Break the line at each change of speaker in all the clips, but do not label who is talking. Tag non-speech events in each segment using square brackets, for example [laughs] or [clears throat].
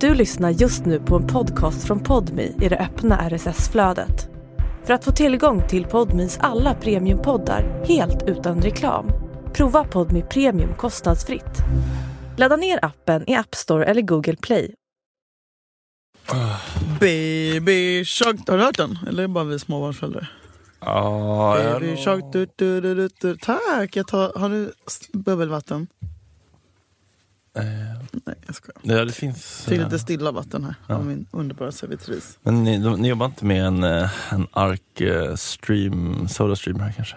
Du lyssnar just nu på en podcast från Podmi i det öppna RSS-flödet. För att få tillgång till Podmis alla premiumpoddar helt utan reklam, prova Podmi Premium kostnadsfritt. Ladda ner appen i App Store eller Google Play.
Baby shark, har du hört den? Eller är det bara vi småbarnsföräldrar?
Ja,
Baby shark, du, du, du, du, du. Tack! Jag tar, har du s- bubbelvatten?
eh,
Nej, jag skojar.
ja, det finns.
Fick
eh,
lite stilla vatten här
Ja.
av min underbara servitris.
Men ni, de, ni jobbar inte med en, eh, en ark eh, stream, soda stream här kanske?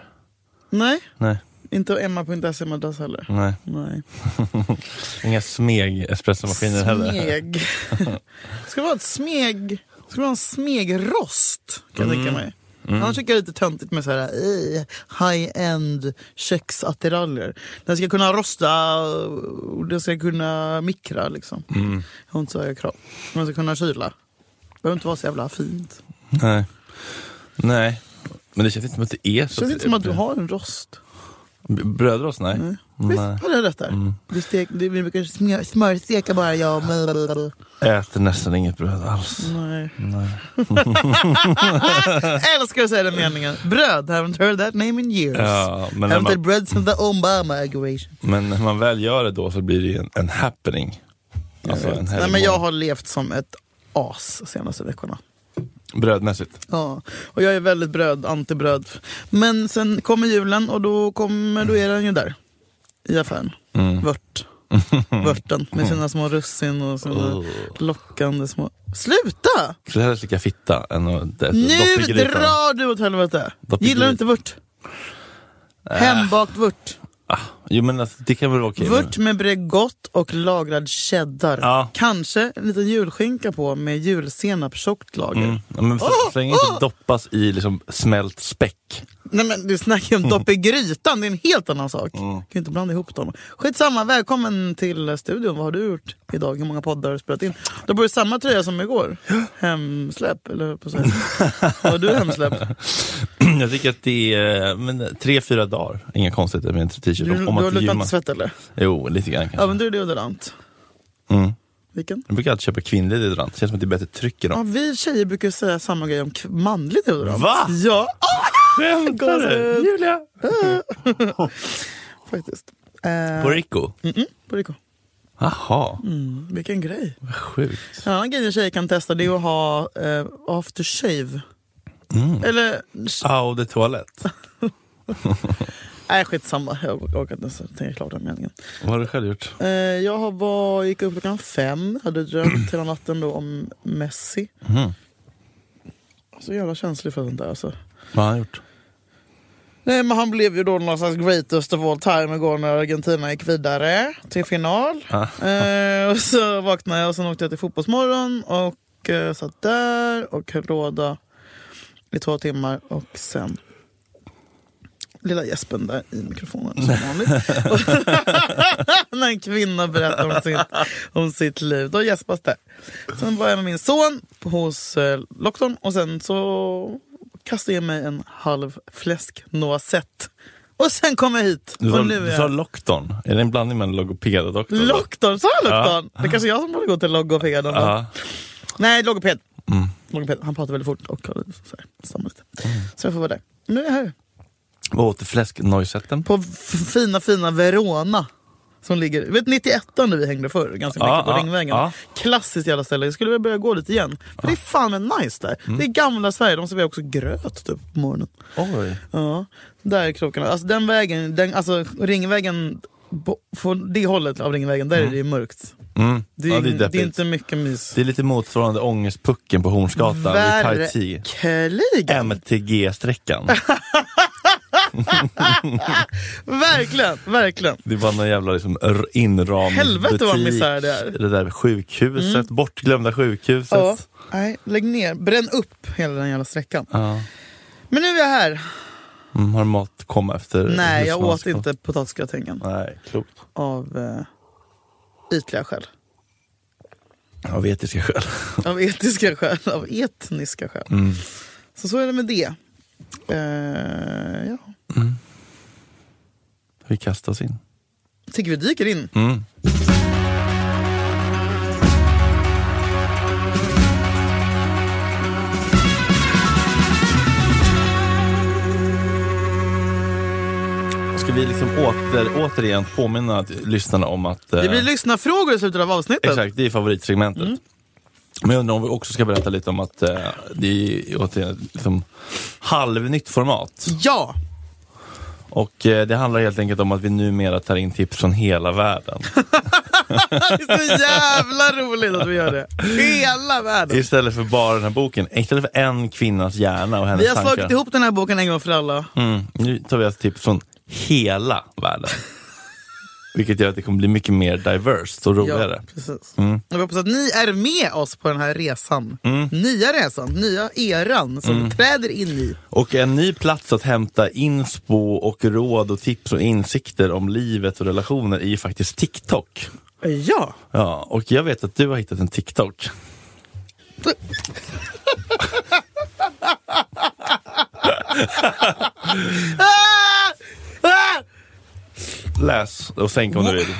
Nej,
Nej,
inte emma.se madrass heller.
nej.
Nej.
Inga smeg espressomaskiner heller. Mm. [laughs]
Smeg. Ska det vara ett smeg... Ska det vara en smegrost? Kan jag
Mm.
tänka mig. Annars tycker jag det är lite töntigt med så här eh, high-end köksattiraljer. Den ska kunna rosta och den ska kunna mikra liksom.
Mm.
Jag har inte så höga krav. Den ska kunna kyla. Det behöver inte vara så jävla fint.
Nej. nej, men det känns inte som att det är
Det
så.
känns inte som att du har en rost.
Brödrost, nej.
Nej. Visst,
nej.
hade jag rätt där?
Mm.
Du stek, du, vi brukar smör, smörsteka bara jag och...
Äter nästan inget bröd alls.
Nej.
Nej.
[laughs] Älskar att säga den meningen. Bröd, haven't heard that name in years.
Ja, men, när
haven't had
man,
bread since the Obama aggravation.
men när man väl gör det då så blir det ju en, en happening. Alltså en
Nej, men jag har levt som ett as senaste veckorna.
Brödmässigt.
Ja, och jag är väldigt bröd, antibröd. Men sen kommer julen och då, kommer, då är den ju där. I affären.
Mm. [laughs]
Vört. Vörten med sina små russin och sina
Oh.
lockande små... Sluta!
Så hellre slicka fitta än att d-
Nu
doppa i grytan.
drar du åt helvete!
Dopp i
Gillar du
grytan.
inte vört? Hembakt vört.
Ah, jo men alltså, det kan väl vara Äh. okej.
Vört med Bregott och lagrad cheddar.
Ja.
Kanske en liten julskinka på med julsenap, tjockt lager.
Mm. Ja, men så, så länge det inte doppas i liksom smält späck. [clears throat]
Nej men du snackar ju om
Mm.
dopp i grytan, det är en helt annan sak. Kan ju inte blanda ihop dem. Skitsamma, välkommen till studion. Vad har du gjort idag? Hur många poddar har du spelat in? Du har på dig samma tröja som igår. Hemsläpp, eller på så Har du
[laughs]
hemsläpp?
Jag tycker att det är eh, men, tre, fyra dagar. Inga konstigheter med en t-shirt.
Du,
Om,
du
om
har
man inte
luktat
gymmar.
inte svett eller?
Jo, lite grann kanske.
Använder du deodorant?
Mm.
Vilken?
Jag brukar alltid köpa kvinnlig deodorant. Det känns som att det är bättre tryck i
Ja,
dem.
vi tjejer brukar säga samma grej om k- manlig deodorant.
Va?
Ja,
Skämtar
Gåshud.
du? Julia?
faktiskt. Eh,
På Rico?
Mm-mm, Boricco.
Jaha,
Mm, vilken grej.
vad sjukt.
En annan grej en tjej kan testa det är att ha eh, aftershave.
Mm.
Eller,
Au de toalett.
nej skitsamma. Jag orkar inte ens tänka klart den meningen.
Vad har du själv gjort?
Eh, jag har var, gick upp klockan fem, hade drömt hela natten då om Messi.
Mm.
Så jävla känslig för sånt där alltså.
Vad har han gjort?
Nej men han blev ju då någon slags greatest of all time igår när Argentina gick vidare till final.
Ah.
Eh, och så vaknade jag och sen åkte jag till Fotbollsmorgon och eh, satt där och höll låda i två timmar och sen lilla gäspen där i mikrofonen som vanligt. När en kvinna berättar om sitt, om sitt liv, då gäspas det. Sen var jag med min son hos eh, doktorn och sen så kastade jag in mig en halv fläsk noisette. Och sen kom jag hit.
Du sa,
och nu är
du sa
jag...
Lockton. Är det en blandning mellan logoped och doktor?
Loktorn, sa jag
Ja.
loktorn? Det är kanske är jag som borde gå till logopeden. då.
Ja.
Nej, logoped.
Mm.
logoped. Han pratar väldigt fort och har lite så här, stammar lite. Så jag får vara där. Nu är jag här.
Vad åt du fläsk? Noisetten?
På f- fina, fina Verona. Som ligger, vet 91 där vi hängde förr, ganska mycket
Ja,
på
ja,
Ringvägen.
ja.
Klassiskt jävla ställe, jag skulle vilja börja gå dit igen. För det är fan en nice där.
Mm.
Det är gamla Sverige, de serverar också gröt typ på morgonen.
Oj.
Ja, där är krokarna. Alltså den vägen, den, alltså Ringvägen, på, på det hållet av Ringvägen, där är det ju mörkt.
Mm.
Det är,
ja, det, är
ju- det är
deppigt.
inte mycket mys.
det är lite motsvarande ångestpucken på Hornsgatan vid Tai Chi.
Verkligen!
MTG-sträckan.
Verkligen, verkligen.
Det var någon jävla liksom r- inramd
Helvete vad
butik.
misär det är.
Det där sjukhuset, bortglömda sjukhuset.
Ja. Nej, lägg ner. Bränn upp hela den jävla sträckan.
Ja.
Men nu är jag här.
Mm, har mat komma efter?
Nej, jag åt
husmanskost?
inte potatisgratängen.
Nej, klokt.
Av eh, ytliga skäl.
Av etiska skäl.
Av etiska skäl. Av etniska skäl.
Mm.
Så så är det med det. Eh, ja.
Mm. Vi kastar oss in.
Tycker vi dyker in.
Mm. vi liksom åter, återigen påminna att- lyssnarna om att... eh,
Det blir Mm. lyssnarfrågor i slutet av avsnittet.
Exakt, det är favoritsegmentet. Men jag undrar om vi också ska berätta lite om att eh, det är återigen ett liksom, halvnytt format.
Ja! [laughs]
Och eh, det handlar helt enkelt om att vi numera tar in tips från hela världen.
Det är så jävla roligt att vi gör det. Hela världen.
Istället för bara den här boken. Istället för en kvinnas hjärna och hennes
Vi har
tankar.
slagit ihop den här boken en gång för alla.
Mm. Nu tar vi alltså tips från hela världen. Vilket gör att det kommer bli mycket mer diverse och roligare.
precis. Jag hoppas att ni är med oss på den här resan. Nya resan, nya eran som vi träder in i.
Och en ny plats att hämta inspo och råd och tips och insikter om livet och relationer är ju faktiskt TikTok.
Ja!
Ja, och jag vet att du har hittat en TikTok.
Ah! Ah!
Läs och sänk om du vill.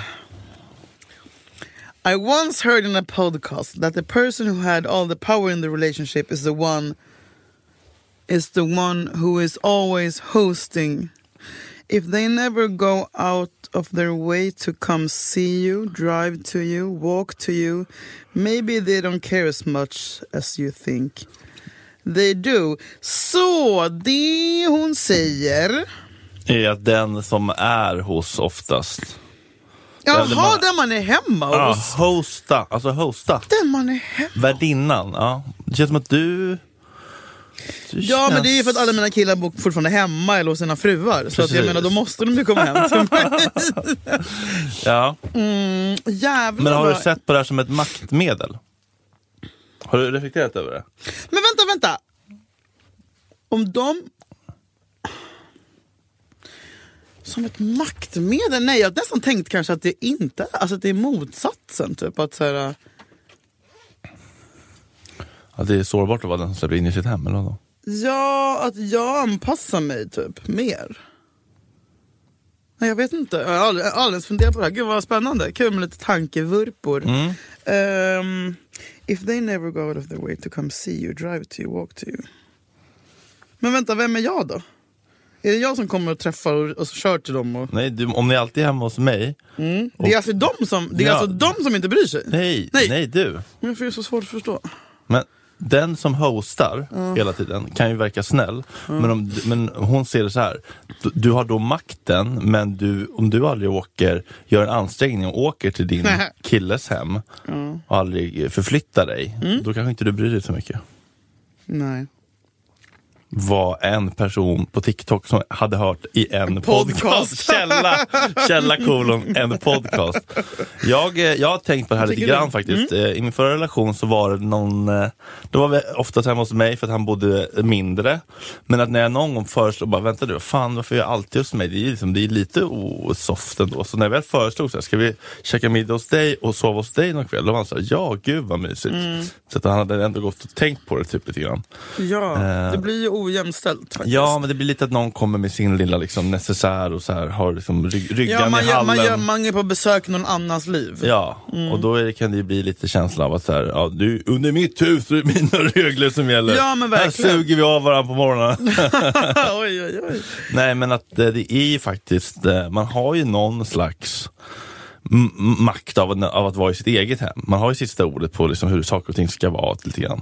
I once heard in a podcast that the person who had all the power in the relationship is the one is the one who is always hosting. If they never go out of their way to come see you, drive to you, walk to you, maybe they don't care as much as you think. They do. Så det hon säger.
Är att den som är hos oftast.
Jaha,
Där man-
den man är hemma
Ja,
hos.
hosta, alltså hosta.
Den man är hemma
Värdinnan, ja. Det känns som att du... du
Ja, men det är ju för att
känns-
alla mina killar bor fortfarande hemma eller hos sina fruar. Så att jag
Precis.
menar, då måste de ju komma hem till
[laughs]
mig.
Ja.
Jävlar
Men har du
vad-
sett på det här som ett maktmedel? Har du reflekterat över det?
Men vänta, vänta! Om de... Som ett maktmedel? Nej, jag har nästan tänkt kanske att det inte alltså att det är motsatsen. Typ att så här,
Att det är sårbart att vara den som släpper in i sitt hem, eller vadå?
ja, att jag anpassar mig typ mer. Nej, jag vet inte. Jag har aldrig, aldrig ens funderat på det här. Gud vad spännande. Kul med lite tankevurpor.
Mm.
Um, if they never go out of their way to come see you, drive to you, walk to you. Men vänta, vem är jag då? Är det jag som kommer och träffar och, och kör till dem? Och,
Nej, du, om ni alltid är hemma hos mig.
mm. Det är alltså de som, det är
Ja.
alltså de som inte bryr sig?
Nej,
Nej.
nej, du.
Men jag får ju så svårt att förstå.
Men den som hostar hela tiden kan ju verka snäll. Men, om, men hon ser det så här. Du, du har då makten, men du, om du aldrig åker, gör en ansträngning och åker till din
Nähä.
killes hem och aldrig förflyttar dig, då kanske inte du bryr dig så mycket.
Nej.
var en person på TikTok som hade hört i en podcast.
podcast.
[laughs] Källa, källa kolon, en podcast. Jag, eh, jag har tänkt på det här lite
tycker du?
grann faktiskt. Eh, I min förra relation så var det någon, eh, då var vi oftast hemma hos mig för att han bodde mindre. Men att när jag någon gång föreslog, bara vänta du, fan varför är jag alltid hos mig? Det är, ju liksom, det är lite osoft ändå. Så när jag väl föreslog, så här, ska vi käka middag hos dig och sova hos dig någon kväll? Då var han såhär, ja gud vad mysigt. Så att han hade ändå gått och tänkt på det typ lite grann.
Ja,
Eh.
det blir ju ojämställt faktiskt.
Ja, men det blir lite att någon kommer med sin lilla liksom, necessär och så här, har liksom rygg, ryggan
Ja, man,
i
gör,
hallen.
man, gör, Mm. man är på besök i någon annans liv.
Ja, och då är, det- kan det ju bli lite känsla av att så här, ja, du, under mitt hus är det mina [laughs] regler som gäller.
Ja, men
här
verkligen.
suger vi av varandra på morgonen.
[laughs] oj, oj, oj.
Nej, men att eh, det är ju faktiskt, eh, man har ju någon slags m- m- makt av, att- av att vara i sitt eget hem. Man har ju sista ordet på liksom hur saker och ting ska vara lite grann.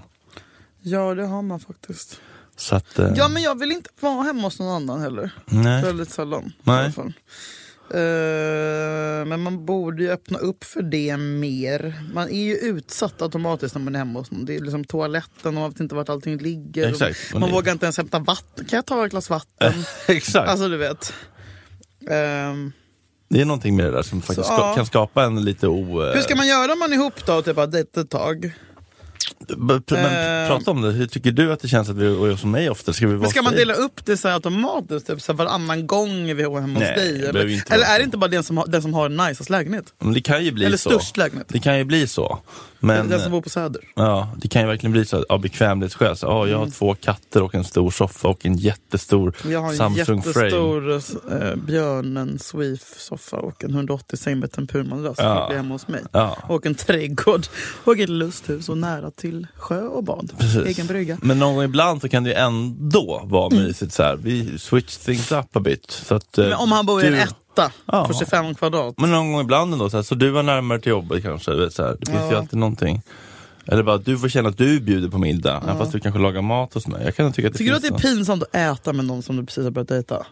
Ja, det har man faktiskt.
Så att, eh,
Ja, men jag vill inte vara hemma hos någon annan heller.
nej. [laughs]
Väldigt sällan.
Nej.
I alla fall. Eh, men man borde ju öppna upp för det mer. Man är ju utsatt automatiskt när man är hemma hos någon. Det är liksom toaletten och man vet inte vart allting ligger.
Exakt.
Man vågar inte ens hämta vatten. Kan jag ta ett glas vatten?
Exakt.
Alltså du vet. Ehm,
det är någonting med det där som faktiskt
Så,
ska,
ja.
kan skapa en lite o... eh,
hur ska man göra om man är ihop då och typ har dejtat ett tag?
B- pr- Men
Eh.
prata om det, hur tycker du att det känns att vi och jag som mig ofta ska vi vara
Men ska man
hos dig?
dela upp det så här automatiskt? Typ så här varannan gång är vi hemma hos
Nej, det
dig?
behöver
Eller,
inte
eller
vara
är
så.
det inte bara den som har, den som har najsast lägenhet?
Men Det kan ju bli
Eller
så.
störst lägenhet?
Det eh, kan ju bli så.
Eller
Men
den som bor på Söder?
ja, det kan ju verkligen bli så att- av bekvämlighetsskäl. Så, ja, jag har två katter och en stor soffa och en jättestor
Mm. Jag har en
Samsung Frame.
jättestor eh, björnen Swift-soffa och en 180 säng med tempurmadrass som
Ja.
ligger hemma hos mig.
Ja.
[laughs] Och en trädgård och ett lusthus och nära till till sjö och bad.
Precis.
Egen brygga.
Men någon gång ibland så kan det ju ändå vara mysigt så här. Vi switch things up a bit. Så att, eh,
Mm. Men om han bor i en
du-
etta
Ja.
på 25 kvadrat.
Men någon gång ibland ändå, så, här, så du var närmare till jobbet kanske. du Vet, så här. Det finns ju
Ja.
alltid någonting. Eller bara att du får känna att du bjuder på middag, även fast du kanske lagar mat hos mig. Jag kan tycka att det
Tycker du att
finns
det är
något-
pinsamt att äta med någon som du precis har börjat dejta?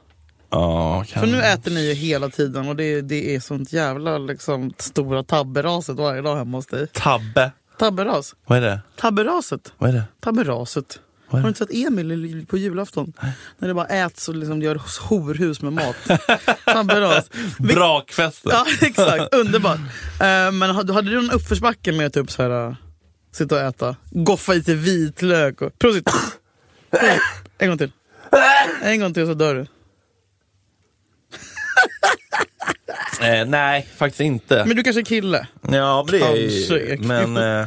Ja,
För
kan...
nu äter ni ju hela tiden och det, det är sånt jävla liksom, stora tabberaset varje dag hemma hos dig.
Tabbe.
Tabberas?
Vad är det?
Tabberaset?
Vad är det?
Tabberaset?
Vad
Har du
är det?
inte sett Emil i- på julafton? När det bara äts och liksom gör horhus med mat. Tabberas. Vi-
Brakfesten.
Ja [laughs] exakt, underbart. Eh, men hade, hade du någon uppförsbacke med att typ så här, eh, sitta och äta? Goffa i sig vitlök och... Prosit! en gång till. En gång till så dör du.
Eh, nej, faktiskt inte.
Men Alltså, du kanske är kille?
Ja, men det är
Kanske är
ju... Men, eh,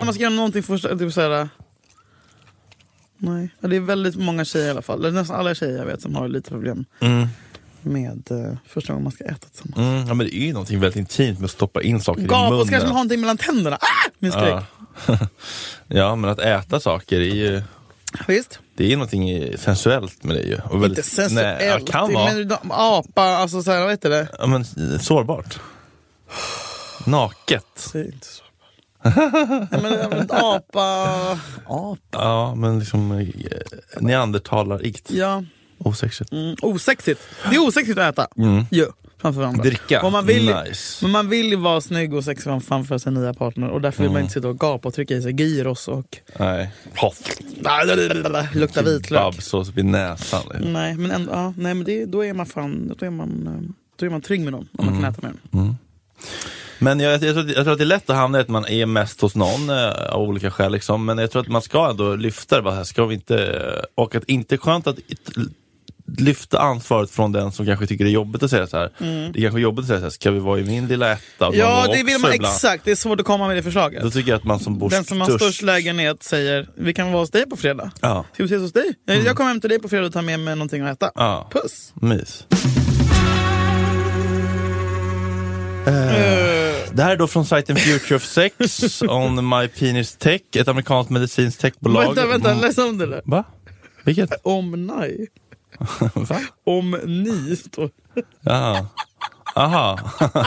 Om man ska göra någonting först, typ såhär... Nej, Ja, det är väldigt många tjejer i alla fall. Det är nästan alla tjejer jag vet som har lite problem
Mm.
med eh, första gången man ska äta tillsammans.
Mm, ja, men det är ju någonting väldigt intimt med att stoppa in saker i
Gapa
munnen.
och kanske man har någonting mellan tänderna. Ah! Min skräck.
ja. ja, men att äta saker är ju
Visst?
det är någonting i- sensuellt med det ju. Och väldigt-
Inte
Nej, ja,
sensuellt.
kan vara.
men de, apa, alltså såhär, vad heter
[laughs]
det?
Ja, men, eh, sårbart. Naket.
Säg inte så. Nej, men, ja, men apa... apa.
Ja, men liksom eh, neandertalarigt.
Ja.
Osexigt.
Mm, osexigt. Det är osexigt att äta. Ju, framför andra.
Mm. Dricka.
Och man vill,
Nice.
Men man vill ju vara snygg och sexig framför sin nya partner och därför vill
Mm.
man inte sitta och gapa och trycka i sig gyros och
Nej.
lukta vitlök.
Babsås upp i näsan.
Nej, men, ändå, ja, nej, men det, då är man fan då är man, eh, då är man trygg med dem om man kan
Mm.
äta med dem.
Men jag, jag, tror, att- jag tror att det är lätt att hamna i att man är mest hos någon eh, av olika skäl. Liksom. Men jag tror att man ska ändå lyfta det. bara här, Ska vi inte, eh, och att inte är skönt att it- lyfta ansvaret från den som kanske tycker det är jobbigt att säga så här. Det är kanske är jobbigt att säga så här, ska vi vara i min lilla etta? Och
Mm. Ja,
går
det vill
också
man
ibland.
exakt. Det är svårt att komma med det
Då
förslaget.
tycker jag att man som bor
Den som har
störst-
störst lägenhet säger vi kan vara hos dig på fredag.
Ja, Mm.
Ska vi ses hos dig? Jag- Jag kommer hem till dig på fredag och tar med mig någonting att äta.
Ja.
Puss!
mys.
Eh.
Eh, Det här är då från sajten Future
[laughs]
of Sex on My Penis Tech, ett amerikanskt medicinskt techbolag.
Vänta, vänta,
Mm.
läs om det där.
Va? Vilket?
Om nej.
[laughs] Va?
Om ni står
Jaha. Aha. [laughs]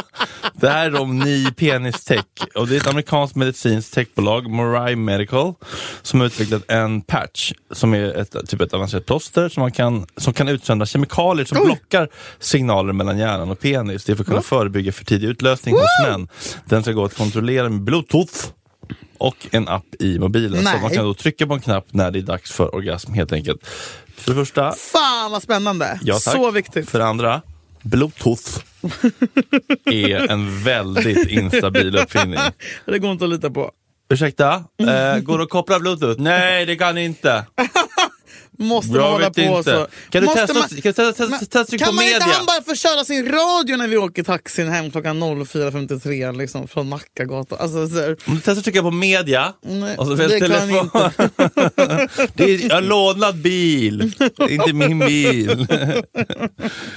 Det här är om ny penistech och det är ett amerikanskt medicinskt techbolag, Morai Medical, som har utvecklat en patch som är ett, typ ett avancerat plåster som, man kan, som kan utsända kemikalier som blockar signaler mellan hjärnan och penis. Det är för att kunna förebygga för tidig utlösning hos män. Den ska gå att kontrollera med bluetooth och en app i mobilen. Så
Nej.
man kan då trycka på en knapp när det är dags för orgasm helt enkelt. För det första,
Fan vad spännande!
Ja, tack.
Så viktigt.
För det andra,
[laughs]
bluetooth är en väldigt instabil uppfinning.
[laughs] Det går inte att lita på.
Ursäkta,
Mm.
eh, går det att koppla bluetooth? Nej, det kan inte.
Måste man
Jag
hålla
vet
på
inte.
så?
Kan du
Måste
testa,
man-
kan du testa, testa,
Men-
testa tryck på
Kan man
media?
inte han bara få köra sin radio när vi åker taxin hem klockan 04.53 liksom, från Nackagatan? Alltså, så här,
Om du testar att trycka på media
Nej,
och så fel
det kan
telefon. [laughs] det är en lånad bil, det är inte min bil.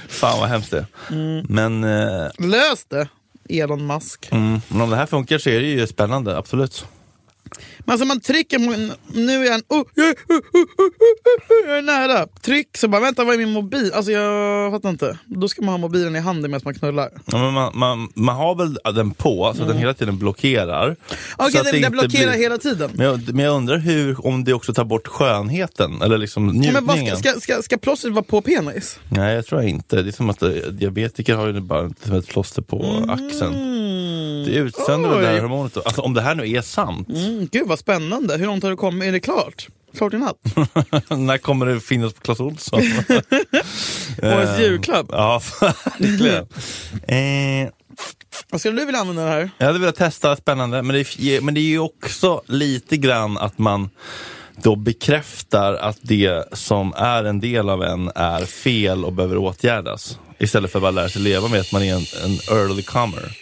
Fan vad hemskt det är.
Mm.
Men, eh,
lös det, Elon Musk.
mm, men om det här funkar så är det ju spännande, absolut.
Men alltså man trycker på min- Nu är han... Oh, jag, är- oh, oh, oh, oh, oh, jag är nära. Tryck, så bara vänta vad är min mobil? Alltså jag fattar inte. Då ska man ha mobilen i handen medan man knullar.
Ja, men man, man, man har väl den på, så att den hela tiden blockerar.
Mm. Okej,
Så att det
den, den
inte
blockerar
blir-
hela tiden.
Men jag, men jag undrar hur, om det också tar bort skönheten, eller liksom
Ja,
njutningen?
men vad ska, ska, ska, ska plåstret vara på penis?
Nej, jag tror inte. Det är som att eh, diabetiker har ju bara som ett plåster på axeln. Det utsöndrar väl det
Mm.
här
Oj.
hormonet. då. Alltså, om det här nu är sant,
Mm, gud vad spännande. Hur långt har du kommit? Är det klart? Klart i natt?
[laughs] [laughs] när kommer det finnas på
[laughs]
Clas Ohlson?
Årets julklapp.
Eh, ja, [laughs]
[laughs]
verkligen. eh,
Vad skulle du vilja använda det här?
Jag hade velat testa, spännande. Men det, är- men det är ju också lite grann att man då bekräftar att det som är en del av en är fel och behöver åtgärdas. Istället för att bara lära sig leva med att man är en, en early comer.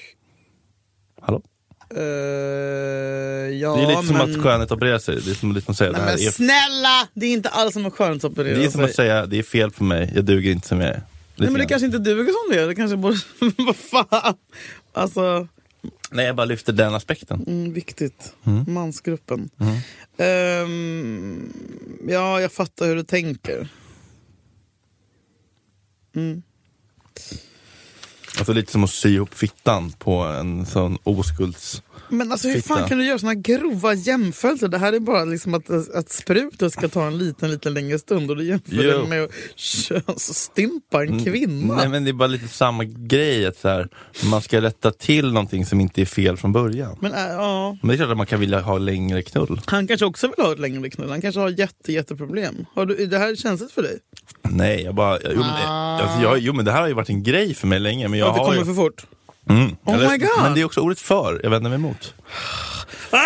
Hallå?
Eh, ja,
det är lite som
men...
att skönhetsoperera sig. Det är som, lite som att liksom säga, det,
Nej,
här
men
är,
snälla! Det är inte alls som att skönhetsoperera
det är som
sig.
att säga, det är fel på mig, jag duger inte som jag är. Lite
Nej men det
grann.
kanske inte duger som det är. Det kanske borde... [laughs] Vad fan! Alltså,
Nej, jag bara lyfter den aspekten.
mm, viktigt. Mansgruppen.
Mm.
Ehm, ja, jag fattar hur du tänker.
Alltså lite som att sy ihop fittan på en sån oskulds...
Men alltså hur
Fitta.
fan kan du göra såna grova jämförelser? Det här är bara liksom att, att sprutet ska ta en liten, liten längre stund och du jämför
Jo. Mm.
det med att könsstympa en kvinna.
Nej men det är bara lite samma grej, att så här, man ska rätta till någonting som inte är fel från början.
Men äh, ja,
Men det är klart att man kan vilja ha längre knull.
han kanske också vill ha ett längre knull. Han kanske har jätte, jätteproblem. Har du, är det här känsligt för dig?
Nej, jag bara, jo, men, det- alltså, jag, jo men det här har ju varit en grej för mig länge. Men jag
att Ah. det
har
kommer
ju,
för fort?
mm,
Oh my God.
Men det är också ordet för, jag vänder mig emot.
Ah,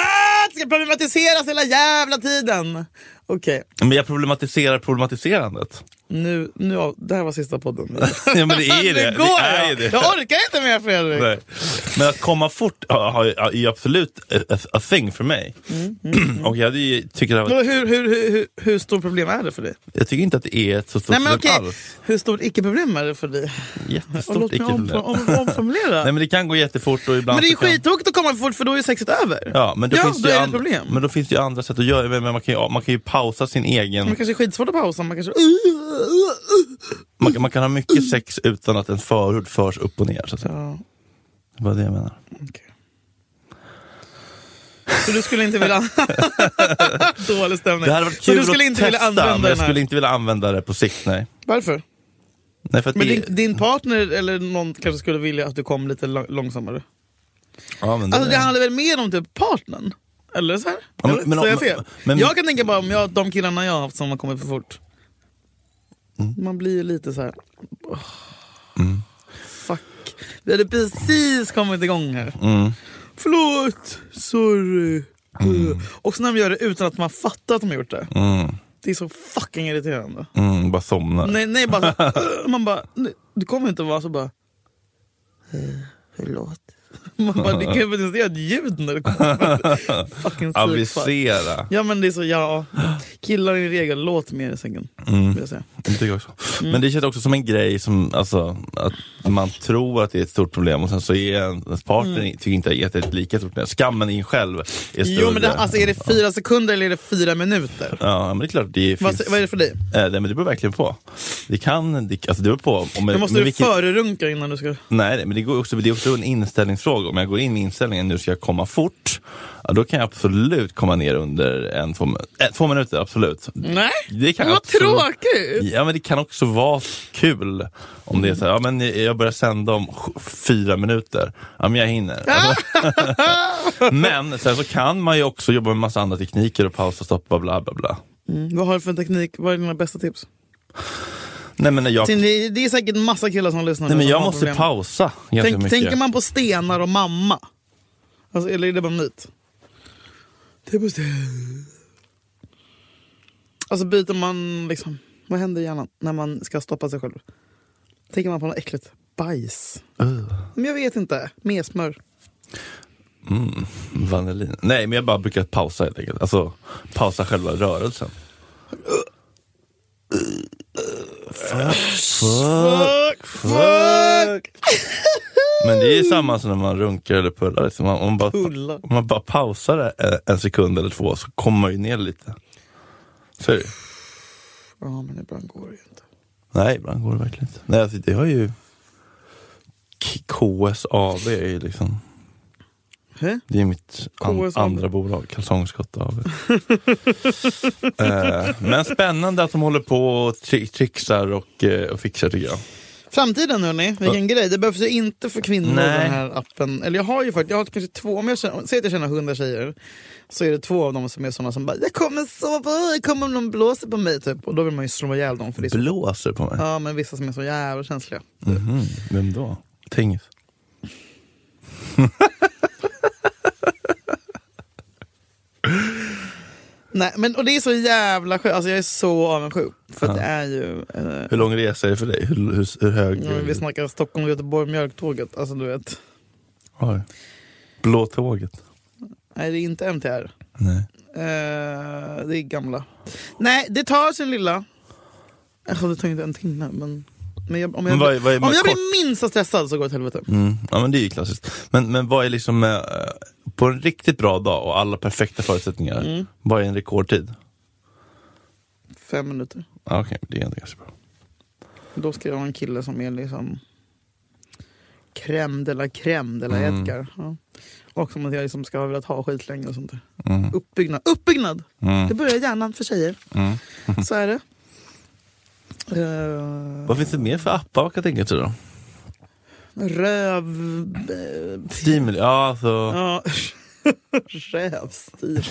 det ska problematiseras hela jävla tiden! Okej,
Men jag problematiserar problematiserandet.
nu, nu, av- det här var sista podden.
ja men det [laughs]
[laughs]
är ju det.
Nu går
det, är ju
jag!
det.
Jag orkar inte mer Fredrik!
Nej. Men att komma fort ja, har ju- är ju absolut a, a, a thing för mig.
Mm,
[clears throat] Och jag, hade ju, tycker det
Men
var,
Hur, hur, hur, hur, hur stort problem är det för dig?
jag tycker inte att det är ett så stort
Nej, men
problem
okej.
alls.
Hur stort icke-problem är det för dig? Och
Jättestort
låt mig om,
icke-problem.
om, omformulera.
[laughs] Nej men det kan gå jättefort och ibland
men det är ju
så kan...
skittråkigt att komma för fort för då är ju sexet över.
Ja, men, då finns
då
det ju
är det
an-
ett problem.
men då finns det ju andra sätt att göra det. Man kan ju, man kan ju pausa sin
Man
egen...
kanske är skitsvårt att pausa, man kanske...
Man, kan- man kan ha mycket sex utan att en förhud förs upp och ner. Så att säga.
Ja,
Det var det jag menar.
okej. Så du skulle inte vilja... [laughs] Dålig stämning.
Det hade varit
Så
kul
du skulle
att
inte vilja
testa,
använda
men jag
den här?
skulle inte vilja använda det på sikt. Nej.
Varför?
nej för att
Men
det...
din, din partner eller någon kanske skulle vilja att du kom lite lång- långsammare?
ja, men det...
Alltså det handlar väl mer om typ partnern? Eller så här?
Ja, men-
Eller?
men-
så jag
men-
fel?
men-
jag kan tänka bara om jag, de killarna jag har haft som har kommit för fort. Man blir ju lite så här. åh,
Mm.
Fuck. Vi hade precis kommit igång här.
Mm.
Förlåt, sorry. Och sen när de gör det utan att man fattar att de har gjort det.
mm,
Det är så fucking irriterande.
mm, bara somnar.
Nej, nej bara så,
[laughs]
"Ugh", man bara, "Nej, du kommer inte vara så bara, "Eh, förlåt. [laughs] Man bara, du kan
[laughs]
ju inte göra ett ljud när du kommer. Fucking psykfall.
Avisera.
Ja men det är så, ja. Killar i regel, låt mer i sängen.
Mm.
Vill jag säga.
Det tycker jag också. Men det känns också som en grej som, alltså, att man tror att det är ett stort problem och sen så är ens partner tycker inte att det är ett lika stort problem. Skammen i en själv är större.
Mm. Jo men det, alltså är det fyra sekunder eller är det fyra minuter?
Ja, men det är klart det
Vad,
finns...
vad är det för dig?
Eh, nej, men det beror verkligen på. Det kan, det, alltså det beror på. Om
Nu
jag,
måste
men
du
vilket-
förerunka innan du ska...
Nej, nej, men det, går också, det är också en inställningsfråga. Om jag går in i inställningen, nu ska jag komma fort. Ja, då kan jag absolut komma ner under en, två, min- eh, två minuter, absolut.
Nej,
Det kan
vad
absolut-
tråkigt!
Ja, men det kan också vara kul om det är så här, ja men jag börjar sända om sj- fyra minuter. Ja, men jag hinner.
Ah!
[laughs] men sen så kan man ju också jobba med massa andra tekniker och pausa, stoppa, bla bla bla.
Mm, vad har du för teknik? Vad är dina bästa tips?
Nej, men när jag,
Sen Det det är säkert massa killar som lyssnar nu
nej, men
som
jag
har
måste
problem.
pausa ganska
Tänk,
mycket.
tänker man på stenar och mamma? Alltså, eller är det bara nytt? Tänk på stenar. Alltså byter man liksom... Vad händer i hjärnan när man ska stoppa sig själv? Tänker man på något äckligt? Bajs? Men jag vet inte. Mesmör.
Vanillin. Nej, men jag bara brukar pausa helt enkelt. Alltså pausa själva rörelsen.
Fuck! Fuck!
Men det är samma som när man runkar eller pullar. Liksom. Om, man bara,
Pullar.
om man bara pausar en, en sekund eller två så kommer man ju ner lite. Så är det ju.
Ja, men ibland går det ju inte.
Nej, ibland går det verkligen inte. Nej, alltså, det har ju... K- KSAB är ju liksom...
Hä?
Det är mitt an-
KSAB.
andra bolag, Kalsongskott AB. [laughs] eh, men spännande att de håller på och tri- trixar och, eh, och fixar tycker jag.
Framtiden hörni, vilken grej. Det behövs ju inte för kvinnor
Nej.
den här appen. Eller jag har ju faktiskt, jag har kanske två, om jag känner, säg att jag känner hundra tjejer. Så är det två av dem som är sådana som bara, jag kommer sova, jag kommer om de blåser på mig typ. Och då vill man ju slå ihjäl dem för det är så,
Blåser på mig.
Ja men vissa som är så jävla känsliga.
Mhm, Vem då? Tingis?
Nej men och det är så jävla skönt, alltså jag är så avundsjuk. För att det är ju, eh,
Hur lång resa är det för dig? Hur, hur, hur hög?
ja, men vi snackar Stockholm, Göteborg, mjölktåget. Alltså du vet.
Oj. Blå tåget?
Nej det är inte MTR.
Nej.
Eh, det är gamla. Nej, det tar sin lilla. Alltså, det tar inte en timme, men... men jag, om jag,
Men vad är- vad är
om
man
jag
kort?
blir minsta stressad så går det till helvete.
Mm. Ja men det är ju klassiskt. Men, men vad är liksom, eh, på en riktigt bra dag och alla perfekta förutsättningar,
Mm.
vad är en rekordtid?
Fem minuter.
Ah, Okej, det är ändå ganska bra.
Då ska jag ha en kille som är liksom... Crème de la crème de la
Mm.
Edgar. Ja. Och som att jag liksom ska ha velat ha skitlänge och sånt där.
Mm.
Uppbyggnad. Uppbyggnad! Det börjar i hjärnan för tjejer.
Mm.
Så är det. Eh,
Vad finns det mer för appar man kan tänka sig då?
röv...
Stimuli, ja alltså,
Ja. [laughs] Rävstil.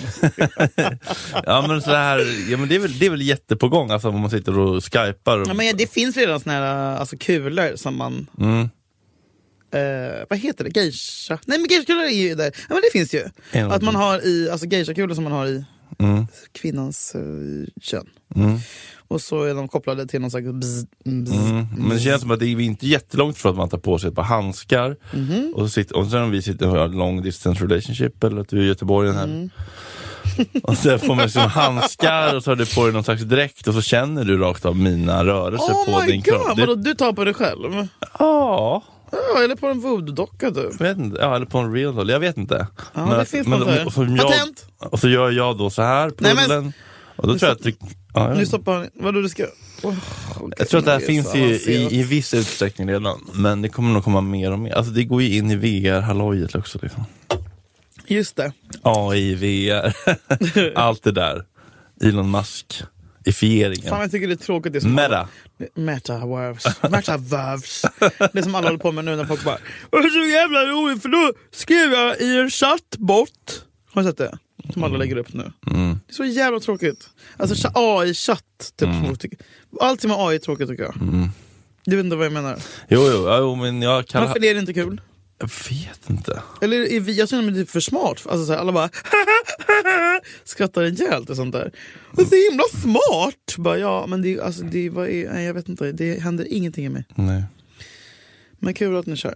ja men så här, ja men det är väl, det är väl jättepågång alltså om man sitter och skypar och,
Ja, men det finns redan såna här alltså, kulor som man...
mm,
Eh, vad heter det? Geisha? Nej men geishakulor är ju där. Ja men det finns ju.
En
Att man
av-
har i, alltså geishakulor som man har i
mm,
kvinnans eh, kön.
mm,
Och så är de kopplade till någon slags bzz, bzz,
mm. Men det känns som att det är inte jättelångt från att man tar på sig ett par handskar
Mhm.
och, så sitter, och sen om vi sitter och har en long distance relationship eller att du är i Göteborg den här
Mm.
[laughs] och sen får man liksom handskar och så har du på dig någon slags dräkt och så känner du rakt av mina rörelser
Oh
på
my
din
god!
kropp.
Vadå,
Det,
du tar på dig själv?
ja.
Ja, eller på en voodoo-docka du.
Jag vet inte, ja, eller på en real doll, jag vet inte.
Ja, det finns något där.
och, som jag,
Patent!
och så gör jag då så här på
Nej, men-
rullen. Och då tror jag att det, ja, jag,
Nu
vet inte.
stoppar han... Vadå du ska... Oh, okej,
Mm. jag tror att det här
är
finns
så
i,
avancerat.
i, i viss utsträckning redan, men det kommer nog komma mer och mer. Alltså det går ju in i VR-hallojet också. Liksom.
Just det.
AI, VR, [laughs] allt det där. Elon Musk,
Fan
ifieringen.
jag tycker det är tråkigt det som
Meta.
Metaverse. Metaverse. Det som alla håller på med nu när folk bara "Åh, det är så jävla roligt för då skrev jag i en chattbot. Har du sett det? Som alla lägger upp nu. Det är så jävla tråkigt. Alltså cha- AI-chatt. Typ, som folk tycker. Allting med AI är tråkigt tycker jag. Du vet inte vad jag menar.
Jo, jo, ja, jo, men jag kan...
Varför är det inte kul?
Jag vet inte.
Eller är vi, jag känner mig typ för smart. Alltså, så här, alla bara [laughs] skrattar ihjäl och sånt där. Och så himla smart! Bara, ja, men det, är- alltså, det, är- vad är, nej, jag vet inte, det händer ingenting i mig.
Nej.
Men kul att ni kör.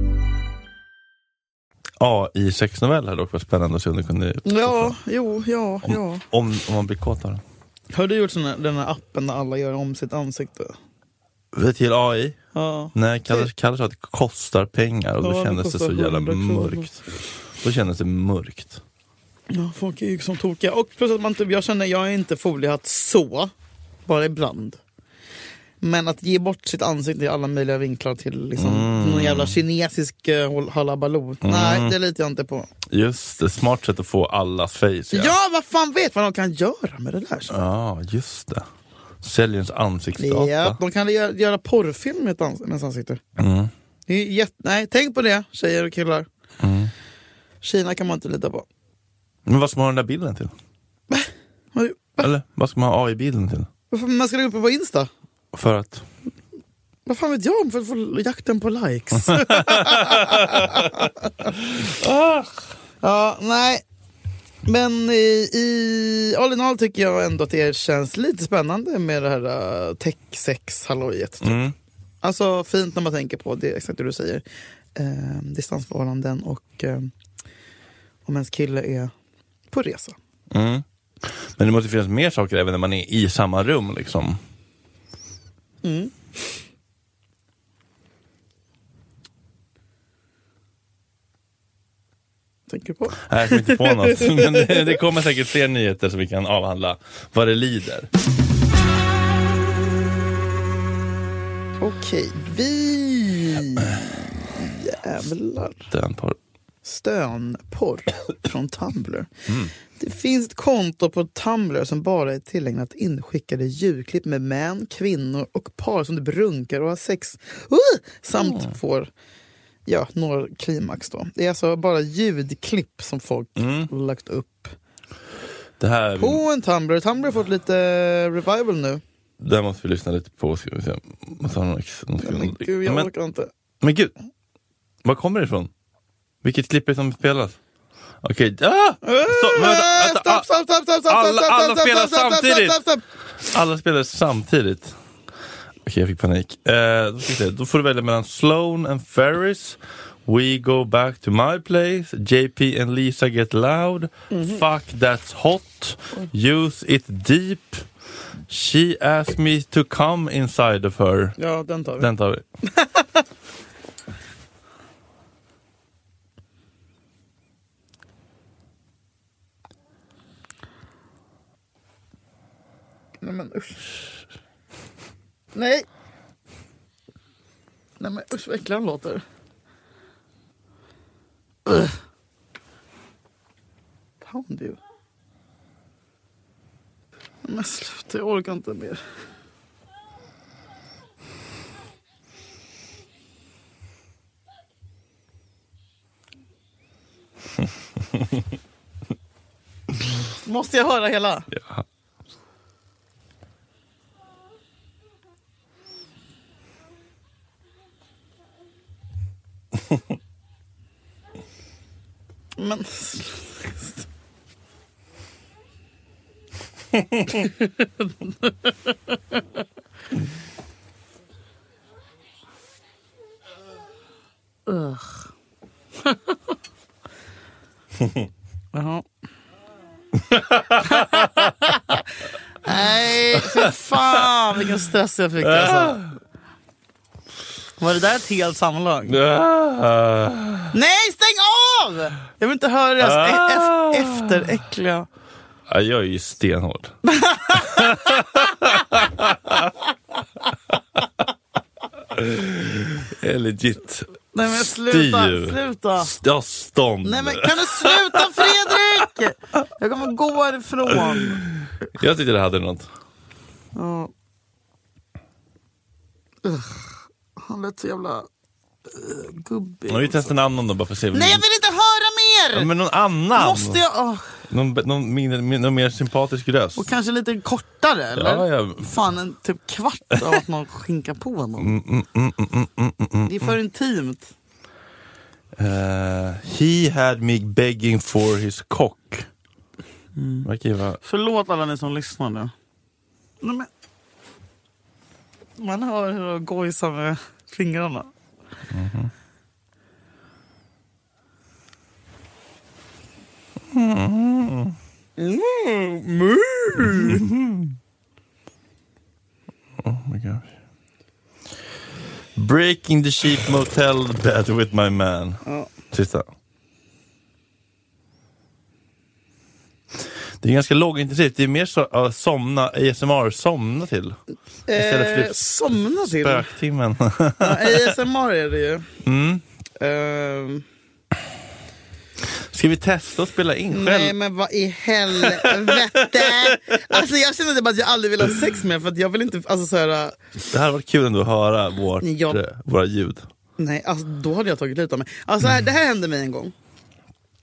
AI-sexnovell hade dock varit spännande att se om det kunde...
Ja, jo, ja,
Om,
ja.
om, om man blir kåt av den.
Har du gjort sån här, den här appen där alla gör om sitt ansikte?
Vet till AI?
Ja.
Nej, Kalle, Kalle sa att det kostar pengar och då
Ja, det
kändes det så
kostar
jävla
100 kronor.
mörkt. Då kändes det mörkt.
ja, folk är ju som tokiga. Och plus att man typ, jag känner, jag är inte foliehatt så, bara ibland. Men att ge bort sitt ansikte i alla möjliga vinklar till liksom, någon jävla kinesisk eh, halabaloo. Nej, det litar jag inte på.
Just det, smart sätt att få allas face.
Ja, vad fan vet vad de kan göra med det där?
Ja, just det. Säljarens ansiktsdata.
Ja, de kan göra, göra porrfilm med ett ans- med ens ansikte.
Mm.
Det är jätt- Nej, tänk på det, tjejer och killar. Kina kan man inte lita på.
Men vad ska man ha den där bilden till?
Men
Eller vad ska man ha AI-bilden till?
Varför man ska lägga upp det på Insta?
För att...
Vad fan vet jag om för att få jakten på likes? [laughs] ja, nej. Men i, i all in all tycker jag ändå att det känns lite spännande med det här uh, tech-sex-hallojet. typ.
Mm.
Alltså fint när man tänker på det, exakt det du säger. Eh, distansförhållanden och eh, om ens kille är på resa.
Mm. Men det måste finnas mer saker även när man är i samma rum liksom.
Tänker på.
Nej, jag kom inte på
[laughs]
något. Men det, det kommer säkert fler nyheter som vi kan avhandla vad det lider.
Okej, vi... Jävlar.
Den tar...
stönporr från Tumblr. Det finns ett konto på Tumblr som bara är tillägnat inskickade ljudklipp med män, kvinnor och par som brunkar och har sex. Uh! Samt får ja, några klimax. Då. Det är alltså bara ljudklipp som folk lagt upp
Det här,
på en Tumblr. Tumblr har fått lite revival nu.
det här måste vi lyssna lite på. Ska vi se. Måste ha någon ex- någon ska-
Men gud, jag
men,
orkar inte.
men gud, var kommer det ifrån? Vilket klipp är det som spelas? Okej, ah! Stopp, men vänta,
Ah,
vänta,
Stopp, stopp, stopp, stopp, stopp,
Alla-
stopp,
alla
stopp, stopp,
spelar
stopp, stopp,
samtidigt.
stopp, stopp.
Alla spelar samtidigt. Okej, jag fick panik. Eh, då, ska vi se. då får du välja mellan Sloan and Ferris, We Go Back to My Place, JP and Lisa Get Loud,
Mhm.
Fuck That's Hot, Use It Deep, She Asked Me To Come Inside of Her.
Ja, den tar vi.
Den tar vi.
Nej men usch. Nej. Nej men usch vad äcklig han låter. Ugh. Pound you. Nej, Men sluta, jag orkar inte mer. Måste jag höra hela?
Ja.
Men... Ugh. Jaha. Nej, för fan vilken stress jag fick alltså. Var det där ett helt samlag?
Ah.
Nej, stäng av! Jag vill inte höra deras
Ah.
e- ef- efteräckliga...
Ja, Jag är
[laughs]
ju stenhård. Jag är legit
Nej men sluta,
Styr.
sluta.
Jag har stånd.
Nej men kan du sluta Fredrik? Jag kommer gå härifrån.
Jag tyckte det hade något.
Ja. Ugh, Han lät så jävla eh, gubbig.
Men vi testar namnen då bara för att se.
Nej jag vill inte höra
Ja,
mer!
men någon annan!
Måste jag? ah,
Någon, b- någon, mindre, min- någon mer sympatisk röst.
Och kanske lite kortare eller?
Ja, ja. Mm,
Fan en typ kvart av att någon skinkar på någon. Det är för intimt.
Eh, he had me begging for his cock.
Mm.
Verkar ju vara...
Förlåt alla ni som lyssnar nu. Nej, men... Man hör hur de gojsar med fingrarna. Mm. Mm.
Oh my gosh. Breaking the cheap motel bed with my man. Sista. Det är ganska lågintensivt. Det är mer så, ja, somna, ASMR, somna till. Istället för
Eh,
typ
somna till.
spöktimmen. [laughs]
Ja, ASMR är det ju.
mm.
Ehm,
Ska vi testa att spela in själv?
nej men vad i helvete! alltså jag känner typ att jag aldrig vill ha sex med för att jag vill inte, alltså så här, äh,
Det här var kul ändå att höra vårt,
Ja.
eh, våra ljud.
nej alltså då hade jag tagit livet av mig. Alltså här, det här hände mig en gång.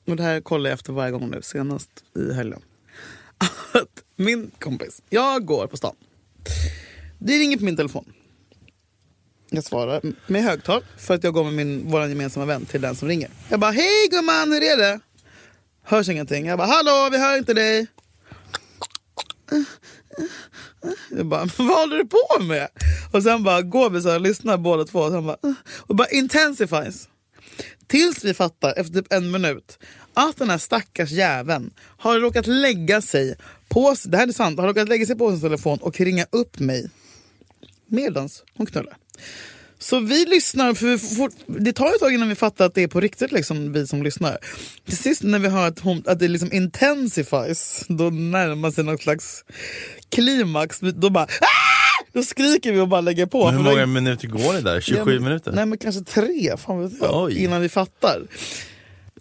Och det här kollar jag efter varje gång nu, senast i helgen. [laughs] Att min kompis, jag går på stan. Det ringer på min telefon. Jag svarar med högtal för att jag går med min, vår gemensamma vän till den som ringer. Jag bara, hej gumman, hur är det? Hörs ingenting. Jag bara, hallå, vi hör inte dig. Jag bara, [laughs] vad håller du på med? Och sen bara går vi så här, lyssnar båda två och sen bara, "Ugh." och bara intensifies. Tills vi fattar efter typ en minut att den här stackars jäveln har råkat lägga sig på, det här är sant, har råkat lägga sig på sin telefon och ringa upp mig medans hon knullar. Så vi lyssnar, för vi får, det tar ett tag innan vi fattar att det är på riktigt liksom, vi som lyssnar. Till sist när vi hör att, hon, att det liksom intensifies, då närmar sig någon slags klimax. Vi- Då bara "Ah!" Då skriker vi och bara lägger på.
Men hur
För vi-
många minuter går det där? 27
Ja, men-
minuter?
Nej men kanske tre, fan vet jag,
Oj.
innan vi fattar.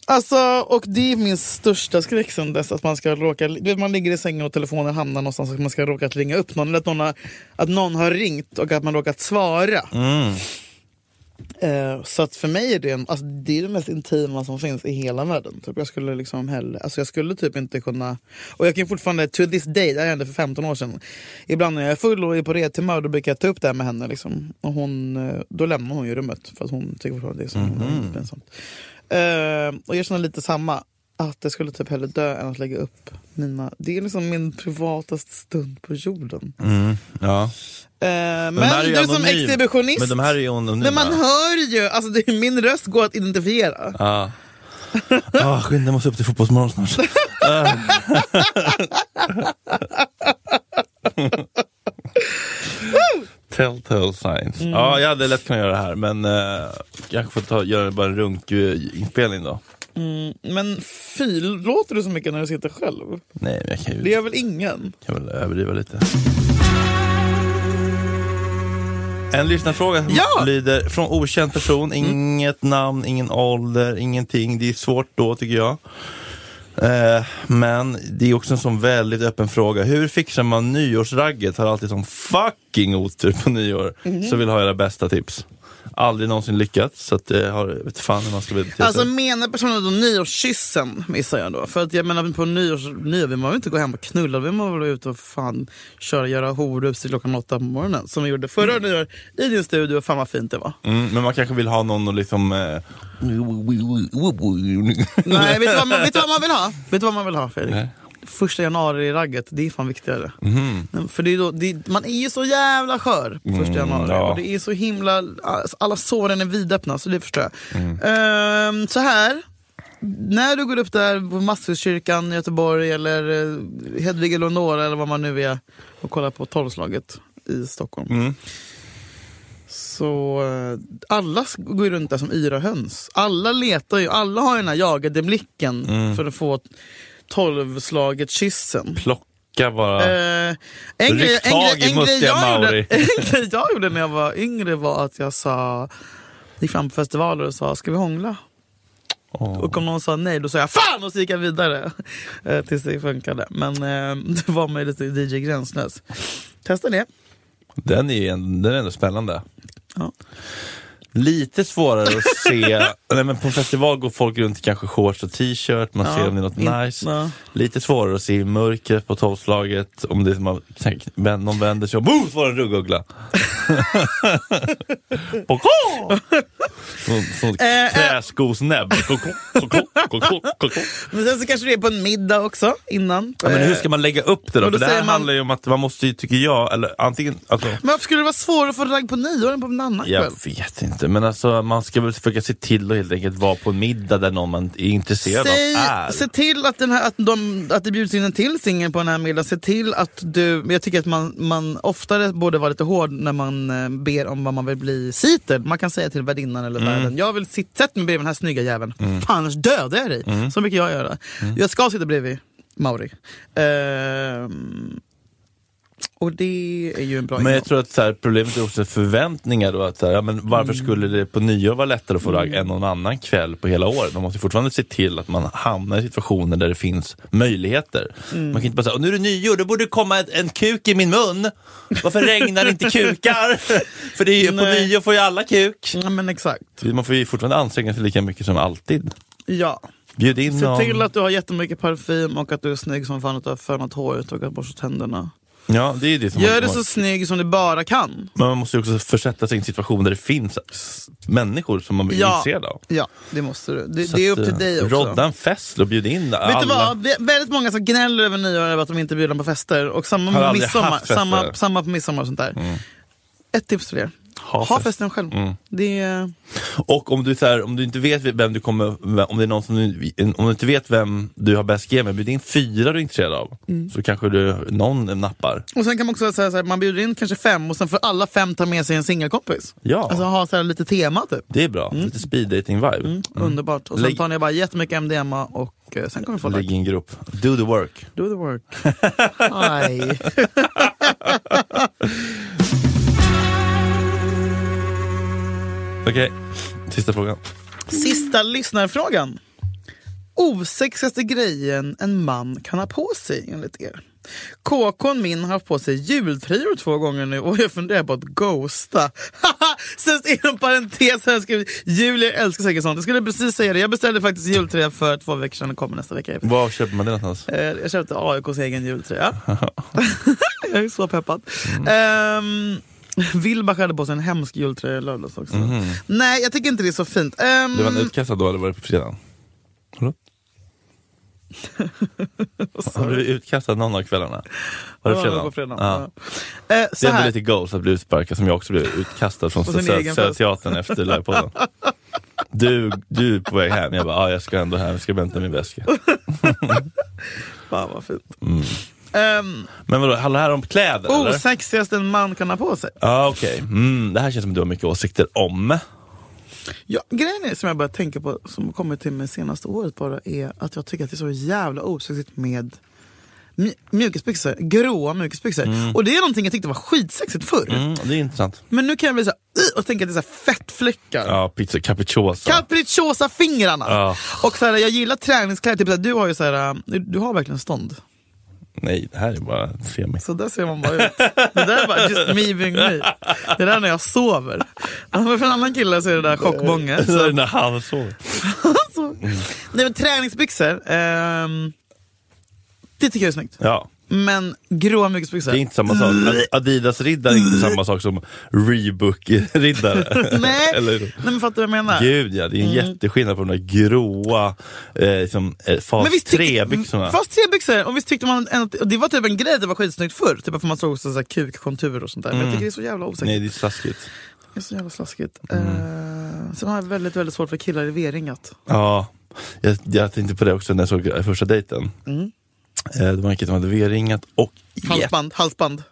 Alltså, och det är min största skräck sen dess att man ska råka, du vet, man ligger i sängen och telefonen hamnar någonstans och man ska råka att ringa upp någon eller att någon har, att någon har ringt och att man råkat svara. Eh, så att för mig är det, en, alltså, det är det mest intima som finns i hela världen. Typ. Jag skulle liksom hellre, alltså, jag skulle typ inte kunna, och jag kan fortfarande, to this day, det här hände för 15 år sedan. Ibland när jag är full och är på rethumör då brukar jag ta upp det här med henne. Liksom. Och hon, eh, då lämnar hon ju rummet för att hon tycker fortfarande det är så
Mhm.
himla pinsamt. Eh, och jag känner lite samma. Att jag skulle typ hellre dö än att lägga upp mina... Det är liksom min privataste stund på jorden.
Mm. Ja.
Eh, men
de här är ju
du som
anonym.
exhibitionist...
Men de här är ju anonyma.
Men man hör ju, alltså det, min röst går att identifiera.
Ja. Ah, skynda, jag måste upp till Fotbollsmorgon snart. Ah. Telltale signs. Ja, jag hade lätt kunnat göra det här, men eh, kanske får ta, göra bara en runkinspelning då.
Men fy, låter du så mycket när du sitter själv?
Nej, men jag kan
Det
ju
gör väl ingen?
kan väl överdriva lite. En lyssnarfråga som
Ja! Mm.
lyder från okänd person, inget namn, ingen ålder, ingenting. Det är svårt då tycker jag. Eh, men det är också en sån väldigt öppen fråga. Hur fixar man nyårsragget? Har alltid sån fucking otur på nyår.
Mhm.
Så vill ha era bästa tips. Aldrig någonsin lyckats, så att jag har, vet fan hur man ska bete sig.
Alltså menar personen då nyårskyssen missar jag då? För att jag menar på nyårs, nyår vill man väl inte gå hem och knulla, då vill man väl vara ute och fan köra, göra horus till klockan åtta på morgonen. Som vi gjorde förra nyår i din studio, fan vad fint det var.
mm, men man kanske vill ha någon och liksom... Eh,
Nej, vet du, vad man, vet du
[laughs]
vad man vill ha? Vet du vad man vill ha Fredrik?
Nej. Mm.
Första januari-ragget, det är fan viktigare. För det är då, det, man är ju så jävla skör på första januari.
ja.
och det är så himla, alltså, alla såren är vidöppna, så det förstår jag. Ehm, så här, när du går upp där på Masshugskyrkan i Göteborg eller eh, Hedvig Eleonora eller vad man nu är och kollar på tolvslaget i Stockholm. Så eh, alla sk- går ju runt där som yra höns. Alla letar ju, alla har ju den här jagade blicken för att få tolvslaget kyssen.
plocka bara...
Eh, en,
Ryck
grej, en,
tag i
grej, en, grej
mustiga
jag gjorde,
Mauri.
[laughs] en grej jag gjorde när jag var yngre var att jag sa, gick fram på festivaler och sa ska vi hångla?
Åh.
Och om någon sa nej då sa jag fan och så gick jag vidare. Eh, tills det funkade. Men eh, det var mig lite DJ Gränslös. Testa det.
Den är, ju en, den är ändå spännande.
Ja.
Lite svårare att
[laughs]
se, nej men på en festival går folk runt i kanske shorts och t-shirt, man
Ja,
ser om det är något
in-
nice.
ja.
Lite svårare att se i mörkret på tolvslaget, om det är som man, tänk, men någon vänder sig och boom, så var det
[laughs]
en ruggugla. Koko! Sån- Sån
eh.
träskosnäbb. Koko, koko, koko, koko.
Men sen så kanske det är på en middag också innan. Eh,
Ja, men hur ska man lägga upp det då?
Men då
För det här
säger man-
handlar ju om att man måste ju, tycker jag, eller antingen, alltså,
Men varför skulle det vara svårare att få ragg på nyår än på en annan kväll?
Jag vet inte, men alltså, man ska väl försöka se till att helt enkelt vara på en middag där någon man är intresserad
Säg,
av är.
se till att, den här, att, de, att det bjuds in en till singel på den här middagen. Se till att du, jag tycker att man, man oftare borde vara lite hård när man eh, ber om vad man vill bli sitter. Man kan säga till värdinnan eller
Mm.
värden, jag vill
Mm.
sitta sätt mig bredvid den här snygga jäveln. Fan annars dödar jag dig. Så mycket jag gör det. Jag ska sitta bredvid. Mauri. Ehm, och det är ju en bra
Men jag
ingång.
tror att så här, problemet är också förväntningar då. Att, så här, ja, men varför
Mm.
skulle det på nyår vara lättare att få ragg än någon annan kväll på hela året? Man måste ju fortfarande se till att man hamnar i situationer där det finns möjligheter.
Mm.
Man kan inte bara säga, "Och nu är det nyår, då borde det komma ett, en kuk i min mun. Varför regnar det
[laughs]
inte kukar? För det är ju, på
Nej. Mm.
nyår får ju alla kuk.
Ja, men exakt.
Man får ju fortfarande anstränga sig lika mycket som alltid.
Ja.
Bjud in
Se
någon.
till att du har jättemycket parfym och att du är snygg som fan, att du har fönat håret och att borsta tänderna.
Ja, det är ju det som
Gör
man-
det så snygg som du bara kan.
Men man måste ju också försätta sig i en situation där det finns s- människor som man blir
Ja.
intresserad av.
Ja, det måste du. Det,
Så
det är upp
att,
till
eh,
dig också.
Rodda en fest och bjud in
Vet
alla.
du vad? Vi- Väldigt många som gnäller över nyår över att de inte är bjudna på fester. Och samma
Har
på
aldrig
midsommar.
haft fester. Mm.
Samma, samma på midsommar och sånt där. Ett tips för er.
Ha
Ha,
fest. Mm.
festen själv. Det är...
Och om du, så här, om du inte vet vem du kommer, om det är någon som du, om du inte vet vem du har bäst game med, bjud in fyra du är intresserad av.
Mm.
Så kanske du, någon nappar.
Och sen kan man också säga så här, man bjuder in kanske fem och sen får alla fem ta med sig en singelkompis.
Ja.
Alltså ha så här lite tema typ.
Det är bra, lite speed dating vibe.
Mm. Underbart. Och sen
Mm. Lägg-
tar ni bara jättemycket MDMA och eh, sen kommer folk.
Lägg i en grupp, do the work.
Do the work. Aj.
Okej, sista frågan.
Sista lyssnarfrågan. Osexigaste grejen en man kan ha på sig enligt er? KKn min har haft på sig jultrior två gånger nu och jag funderar på att ghosta. Haha! Sen inom parentes har jag skrivit jul, jag älskar säkert sånt. Jag skulle precis säga det, jag beställde faktiskt jultröja för två veckor sedan och kommer nästa vecka.
Var köper man det någonstans?
Eh, Jag köpte AIKs egen
[laughs]
jultröja. jag är så peppad.
Mm.
Ehm, Wilbach hade på sig en hemsk jultröja i lördags också. Nej, jag tycker inte det är så fint. Ehm,
Mhm. Det var en utkastad då eller var det på fredagen?
[laughs]
Förlåt? Har du blivit utkastad någon av kvällarna? Var det
Ja,
fredagen?
på fredagen.
Ja.
Ja. Eh, så
Det är ändå
här.
lite goals att bli utsparkad som jag också blev utkastad från
På sin
Södra
egen
Södra
fest.
Teatern efter
[laughs]
livepodden. Du, du är på väg hem, jag bara ah, jag ska ändå hem, jag ska hämta min väska.
Fan vad fint. Ehm,
Men vadå, handlar det här om kläder Mm.
Oh,
eller?
osexigaste en man kan ha på sig.
Ja ah, okej, mm, det här känns som att du har mycket åsikter om. Mm,
Ja, grejen är, som jag börjat tänka på, som kommit till mig senaste året bara, är att jag tycker att det är så jävla osexigt med mj- mjukisbyxor. Gråa mjukisbyxor. Och det är någonting jag tyckte var skitsexigt förr.
Mm, det är intressant.
Men nu kan jag bli så här, "Ugh", och tänka att det är så här fettfläckar.
Ja, pizza capricciosa.
Capricciosa-fingrarna!
Ja.
Och så här, jag gillar träningskläder, typ, så här, du har ju så här, äh, du har verkligen stånd.
Nej, det här är bara femi.
Så där ser man bara ut. Det där är bara just me being me. Det där är när jag sover. Ja, men För en annan kille så är det där chockbånge.
Så är
Så,
det när han sover.
så. Nej men träningsbyxor, ehm, det tycker jag är snyggt.
Ja.
Men gråa mjukisbyxor.
Det är inte samma sak. Ad- Adidas-riddare är inte samma sak som Rebook-riddare.
Nej.
[laughs]
Mm.
Eller
Nej men fattar du vad jag menar?
Gud ja, det är en jätteskillnad på de där gråa eh, liksom, eh, fas
Men visst Mm, tyckte-
3-byxorna.
Fast tre byxor, och visst tyckte man en, och det var typ en grej, det var skitsnyggt förr. Typ att man såg också så här kukkonturer och sånt där. Men jag tycker det är så jävla osäkert.
Mm. Nej, Mm. det är slaskigt.
Det är så jävla slaskigt. Eh, sen har jag väldigt, väldigt svårt för killar i V-ringat.
Ja, jag, jag tänkte på det också när jag såg eh, första dejten.
Mm.
Eh, det var en kille som hade V-ringat och jätte-
Halsband, halsband.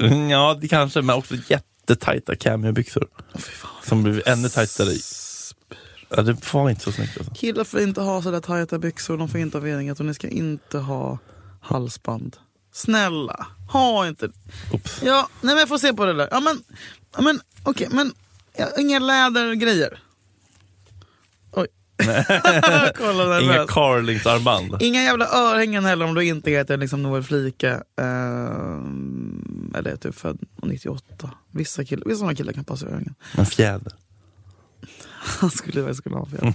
Mm, Ja, det kanske, men också jättetajta cameo-byxor. som blev ännu tajtare. i. Ja, det var inte så snyggt alltså.
Killar får inte ha sådär tajta byxor, de får inte ha V-ringat och ni ska inte ha halsband. Snälla, ha inte
Oops.
Ja, nej men jag får se på det där. Ja men, ja, men okej, men ja, inga lädergrejer.
[laughs]
Oj. Kolla
Inga
nervös.
Carlings-armband.
Inga jävla örhängen heller om du inte heter liksom Noel Flika. ehm, eller är typ född 98. Vissa, killar, vissa sådana killar kan passa i örhängen.
En fjäder.
[laughs] Han skulle jag skulle ha fel. eh,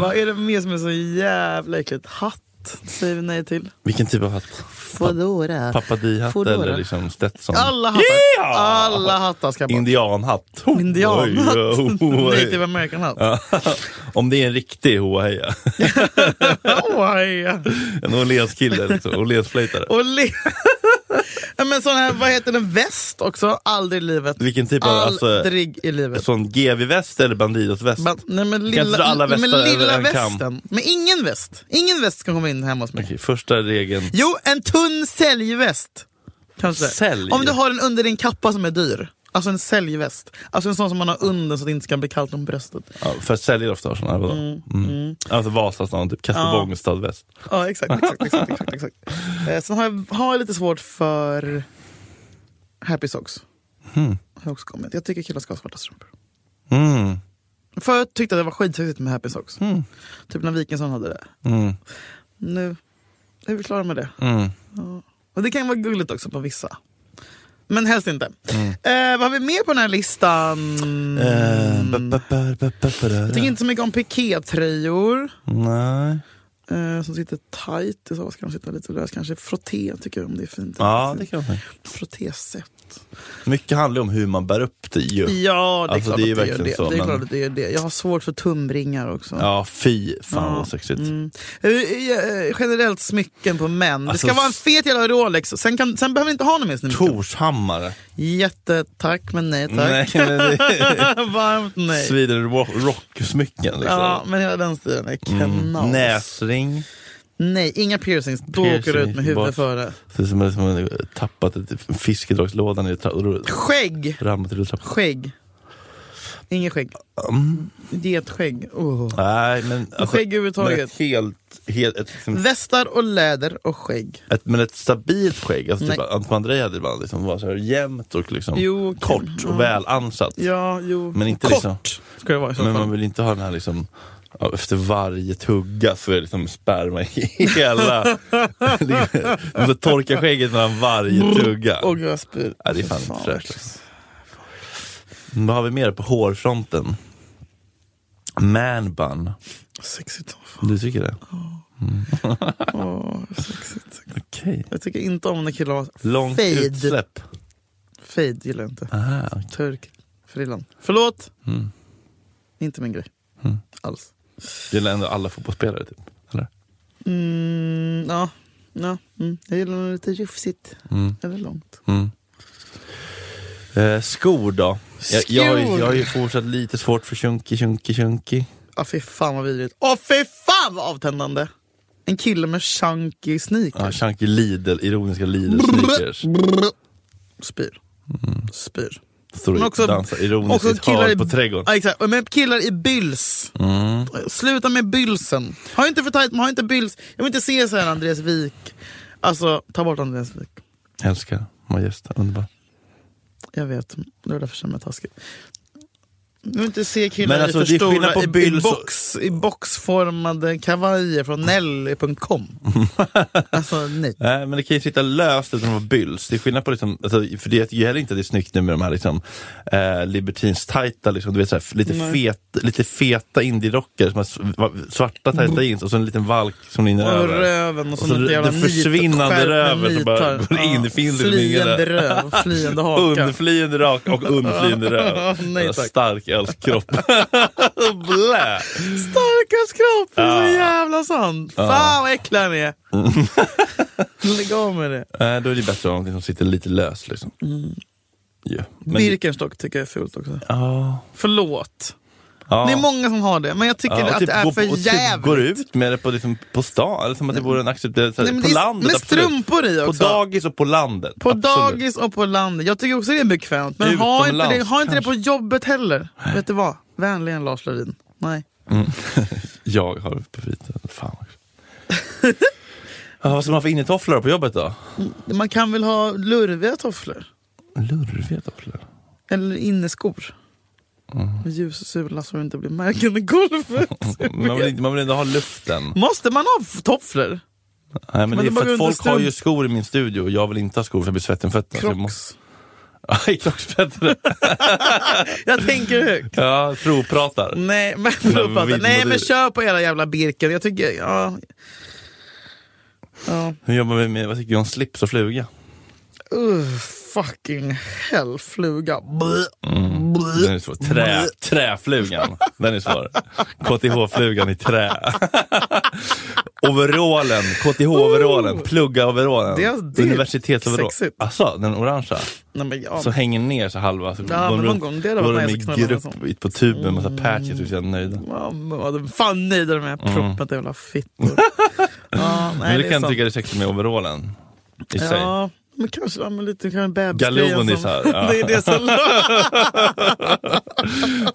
vad är det mer som är så jävla äckligt? Hatt säger vi nej till.
Vilken typ av hatt?
Fodora.
Pappadi-hatt
Fodora.
eller liksom Stetson?
Alla hattar,
Ja!
alla hattar ska bort.
Indianhatt. Ho,
Indianhatt.
oj, ho, ho,
[laughs]
oj.
Native American-hatt.
Ja. Om det är en riktig Hoa-heja.
Åh, hej. [laughs]
En Åhlénskille, liksom. Åhlénsflöjtare.
Och le- [laughs] Ja, men sån här, vad heter den, väst också? Aldrig i livet.
Vilken typ av... Alltså,
Aldrig i livet.
sån GV-väst eller Bandidos-väst?
Men, nej, men
inte dra
lilla,
alla
nej, men
västar över
lilla
en kam.
västen. Men ingen väst. Ingen väst kan komma in hemma hos mig.
Okej, första regeln.
Jo, en tunn säljväst. Kanske.
Sälj?
Om du har den under din kappa som är dyr. Alltså en säljväst. Alltså en sån som man har under så att det inte ska bli kallt om bröstet.
Ja, för säljer ofta har sådana. Mm. Mm. Alltså Vasastan, typ Kasper
Ja.
Bångestad väst.
Ja, exakt. exakt, exakt, exakt, exakt. Eh, sen har jag, har jag lite svårt för happy socks. Har jag också kommit. Jag tycker killar ska ha svarta strumpor.
Mm.
Förut tyckte jag det var skithäftigt med happy socks. Typ när Wikingsson hade det.
Mm.
Nu är vi klara med det.
Mm.
Och det kan vara gulligt också på vissa. Men helst inte.
Mm.
Eh, vad har vi mer på den här listan?
Eh, ba- ba- ba- ba- ba- ba-
Mm. Jag tycker inte så mycket om pikétröjor.
Nej.
Eh, som sitter tight. I så fall ska de sitta lite löst. Kanske frotté tycker jag om det är fint. Alltså,
Ja, det kan jag säga.
Frottéset.
Mycket handlar ju om hur man bär upp det ju.
Ja, det är
Alltså,
klart
det är
att det gör
verkligen
det.
så,
det, är
men-
klart att det, gör det. Jag har svårt för tumringar också.
Ja, fy fan
Ja.
vad sexigt.
Mm. Eh, eh, Generellt smycken på män.
Alltså,
det ska vara en fet jävla Rolex, sen, kan, sen behöver vi inte ha någon mer snubbe.
Torshammare.
Jättetack men nej tack.
Nej, men det-
Varmt [laughs] nej.
Sweden Rock- Rock-smycken liksom.
Ja, men hela den stilen är
Mm.
knas.
Näsring.
Nej, inga piercings. Då
Piercing,
åker du ut med
bara-
huvudet före.
Det ser ut som att man har tappat ett typ, fiskedragslådan i tra- och då
Skägg!
ramlat i trappan.
Skägg. Inget skägg.
Mm.
Getskägg. Oh.
Nej, men... alltså,
skägg överhuvudtaget.
Men ett helt... helt ett, liksom,
Västar och läder och skägg.
ett, men ett stabilt skägg. Alltså, typ,
Nej.
Anton André hade ibland liksom, var så här jämnt och liksom,
Jo, okej.
kort och
Ja.
väl ansatt.
Ja, jo.
Men inte
Kort
liksom-
ska det vara i så
Men
fall.
man vill inte ha den här liksom, ja, efter varje tugga så är det liksom sperma i
[laughs]
hela... Man får torka skägget mellan varje tugga.
Åh gud, jag spyr.
Ja, det är fan inte fräscht. alltså. Vad har vi mer på hårfronten? Man bun.
Sexigt. åh, fan.
Du tycker det?
Åh, sexigt. sexigt.
Okej.
Jag tycker inte om när killar har
Långt
Fade.
utsläpp.
fade. gillar jag inte.
Aha, okej.
Turk. Frillan. Förlåt!
Mm.
Inte min grej.
Mm.
Alls.
Gillar ändå alla fotbollsspelare typ? Eller?
Mm, ja. ja. Mm. Jag gillar när det är lite rufsigt.
Mm.
Eller långt.
Mm. Eh, skor då? Jag, jag, har ju- jag har ju fortsatt lite svårt för chunky, chunky, chunky.
Ja, fy fan vad vidrigt. Åh, fy fan vad avtändande! En kille med chunky
Ja,
sneakers.
chunky Lidl,
[laughs]
ironiska Lidl sneakers. Mm.
Brr. Spyr. Spyr.
Står
Men
och
också-
dansar ironiskt i ett hörn på trädgården. Mm.
Ja, exakt. Men killar i byls. Sluta med bylsen. Ha inte för tajt, men ha inte byls. Jag vill inte se så här Andreas Wik. Alltså, ta bort Andreas Wik.
Älskar Majesta, underbar.
Jag vet, det var därför jag kände mig taskig. Jag vill inte se killar
Men
i
alltså, det är
för stora,
skillnad på
i, i,
byls och-
box, i boxformade kavajer från
[laughs]
Nelly.com. alltså nej.
Nej, men det kan ju sitta löst utan att vara byls. Det är skillnad på liksom, alltså, för det är ju heller inte att det är snyggt nu med de här liksom, eh, libertins tajta, liksom, du vet, så här, lite, fet, lite feta indie-rockare som har sv- svarta tajta jeans och så en liten valk som rinner
Och
över.
röven och
Och så
sånt
den
jävla nit-
alltså, försvinnande
skärp med
röven som bara
nitar.
går in, det finns liksom ingen
Flyende
där.
röv, och
[laughs]
flyende haka.
Undflyende rak och undflyende
[laughs]
röv.
Nej,
En
tack.
Stark
[laughs]
ölskropp. Blä!
Starkast kropp, det är
Ja.
så jävla sant. Fan vad äcklig han
[laughs]
är. Lägg av med det.
Eh, då är det bättre att ha någonting som sitter lite löst. Liksom. Ja. Men-
Birkenstock tycker jag Mm. är fult också.
Ja.
Förlåt.
Ja.
Det är många som har det, men jag tycker
Ja, och
att
typ
det är
gå-
för
och
jävligt. Mm.
Typ går ut med det på, liksom, på stan, eller som att det vore en accepterad...
Nej, men
på
det är-
landet,
med
absolut.
strumpor i
På
också.
dagis och på landet.
På
absolut.
dagis och på landet. Jag tycker också det är bekvämt. Men ha inte, det,
Utomlands,
ha inte det på
kanske.
jobbet heller. Vet du vad? Vänligen Lars Lerin. Nej.
Jag har befriat Fan också. [laughs] ja, vad ska man ha för innetofflor på jobbet då?
Man kan väl ha lurviga tofflor?
Lurviga tofflor?
Eller inneskor?
Mm.
Med ljus och sula så det inte blir märken i golvet.
[laughs] Man vill, inte, Alltså, man vill inte ha luften.
Måste man ha f- tofflor?
Nej, men
Men
det
det
är
bara
för att
går
folk
under
har ju
strump-
skor i min studio och jag vill inte ha skor för jag blir svettig om fötterna. så jag måste- [laughs]
Crocs.
Ja, i Crocs bättre.
Jag tänker högt.
Ja, provpratar. [laughs]
Nej men, alltså.
vill
Nej,
man
men
det?
kör på era jävla Birken. Jag tycker, ja. ja.
Hur jobbar vi med, vad tycker du om slips och fluga?
Uh, fucking hell, fluga. Blö.
Den är svår. Trä, träflugan. Den är svår. KTH-flugan i trä. Overallen, KTH-overallen,
Oh! Det-
plugga-overallen.
det är
Universitetsoverallen.
sexigt.
Alltså, den orangea.
Nej, men, ja.
Som hänger ner så halva. Så
Ja, men någon gång, det hade varit
de
nice
i
att knulla
grupp
med en
ut på tuben med massa
Mm.
patches och så är de nöjda.
Mamma, vad de- fan nöjd med de här propparna,
[laughs]
jävla fittor. ja, nej,
Mm. men det,
är
kan jag
sant.
tycka är sexigt med overallen. I sig.
Ja, Men kanske ja, men lite kanske bebis.
Galonisar,
[laughs]
ja.
Det är det som...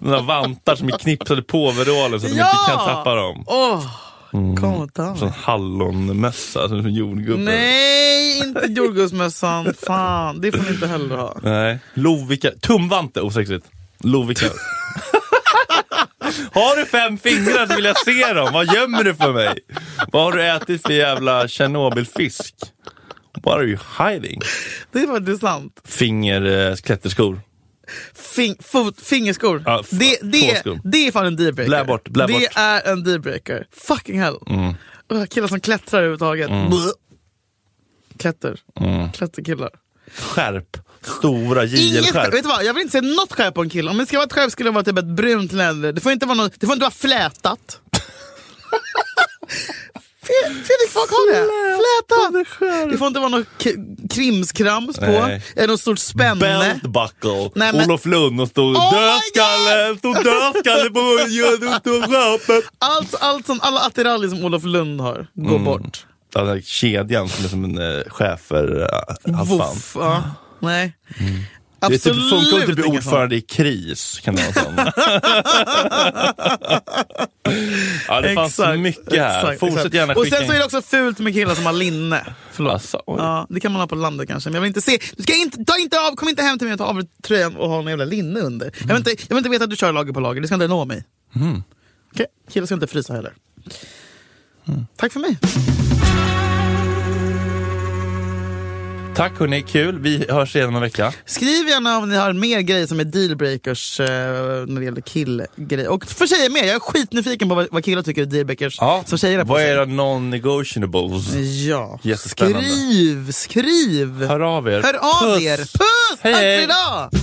[laughs] Några vantar som är knipsade på overaller så att
Ja!
de inte kan tappa dem.
Åh,
Mm.
kom och ta
Sån
mig.
hallonmössa, som en jordgubbe.
Nej, inte jordgubbsmössan. Fan, det får ni inte heller ha.
Nej. Lovikar. Tumvante, osexigt. Lovikar. [laughs] har du fem fingrar så vill jag se dem. Vad gömmer du för mig? Vad har du ätit för jävla Tjernobylfisk? What are you hiding?
Det är faktiskt sant.
Finger, eh, klätterskor.
Fing, fot, fingerskor.
Ja, f-
det, det,
tåskor.
det är fan en dealbreaker.
Blä bort, blä
det
bort. Mm.
är en dealbreaker. Fucking hell. Ugh, Killar som klättrar överhuvudtaget. Bleh. Klätter.
Mm.
Klätterkillar.
Skärp. Stora
Inget skärp. Vet
JL-skärp.
du vad? Jag vill inte se något skärp på en kille. Om det ska vara ett skärp skulle det vara typ ett brunt läder. Det får inte vara, något, det får inte vara flätat. [laughs] Fe- Fredrik, folk har det. Flätat. Det får inte vara något k- krimskrams på.
Nej.
Eller något stort spänne.
Belt buckle.
Nej, men-
Olof Lund och stod
Oh my
dödskalle. Stod dödskalle på
[laughs]
skärpet.
Allt, allt som, alla attiraljer som Olof Lund har går
Mm.
bort.
Den här kedjan som är som en eh, schäferhalsband.
Voff. Ja. Nej.
Mm. Det är typ,
Absolut
funkar att typ
inga
bli
sådana.
ordförande i KRIS. Kan det
[laughs]
vara sån. ja, det fanns
Exakt,
mycket här.
exakt,
Fortsätt
exakt.
gärna
Och
skicka
sen så är
in.
det också fult med killar som har linne. Förlåt.
Alltså, oj.
Ja, det kan man ha på landet kanske, men jag vill inte se. Du ska inte, ta inte av, kom inte hem till mig och ta av dig tröjan och ha en jävla linne under. Jag,
Mm.
vill inte, jag vill inte veta att du kör lager på lager, det ska inte nå mig. Okej, killar ska inte frysa heller.
Mm.
Tack för mig.
Tack hörni, kul. Vi hörs igen om en vecka.
Skriv gärna om ni har mer grejer som är dealbreakers eh, när det gäller killgrejer. Och för tjejer med, jag är skitnyfiken på vad, vad killar tycker är dealbreakers som tjejer har på
Vad är
sig.
era non-negotiables?
Ja,
Jättespännande.
skriv, skriv!
Hör av er.
Hör av
Puss.
er! Puss!
Hej,
Tack för
hej.
idag!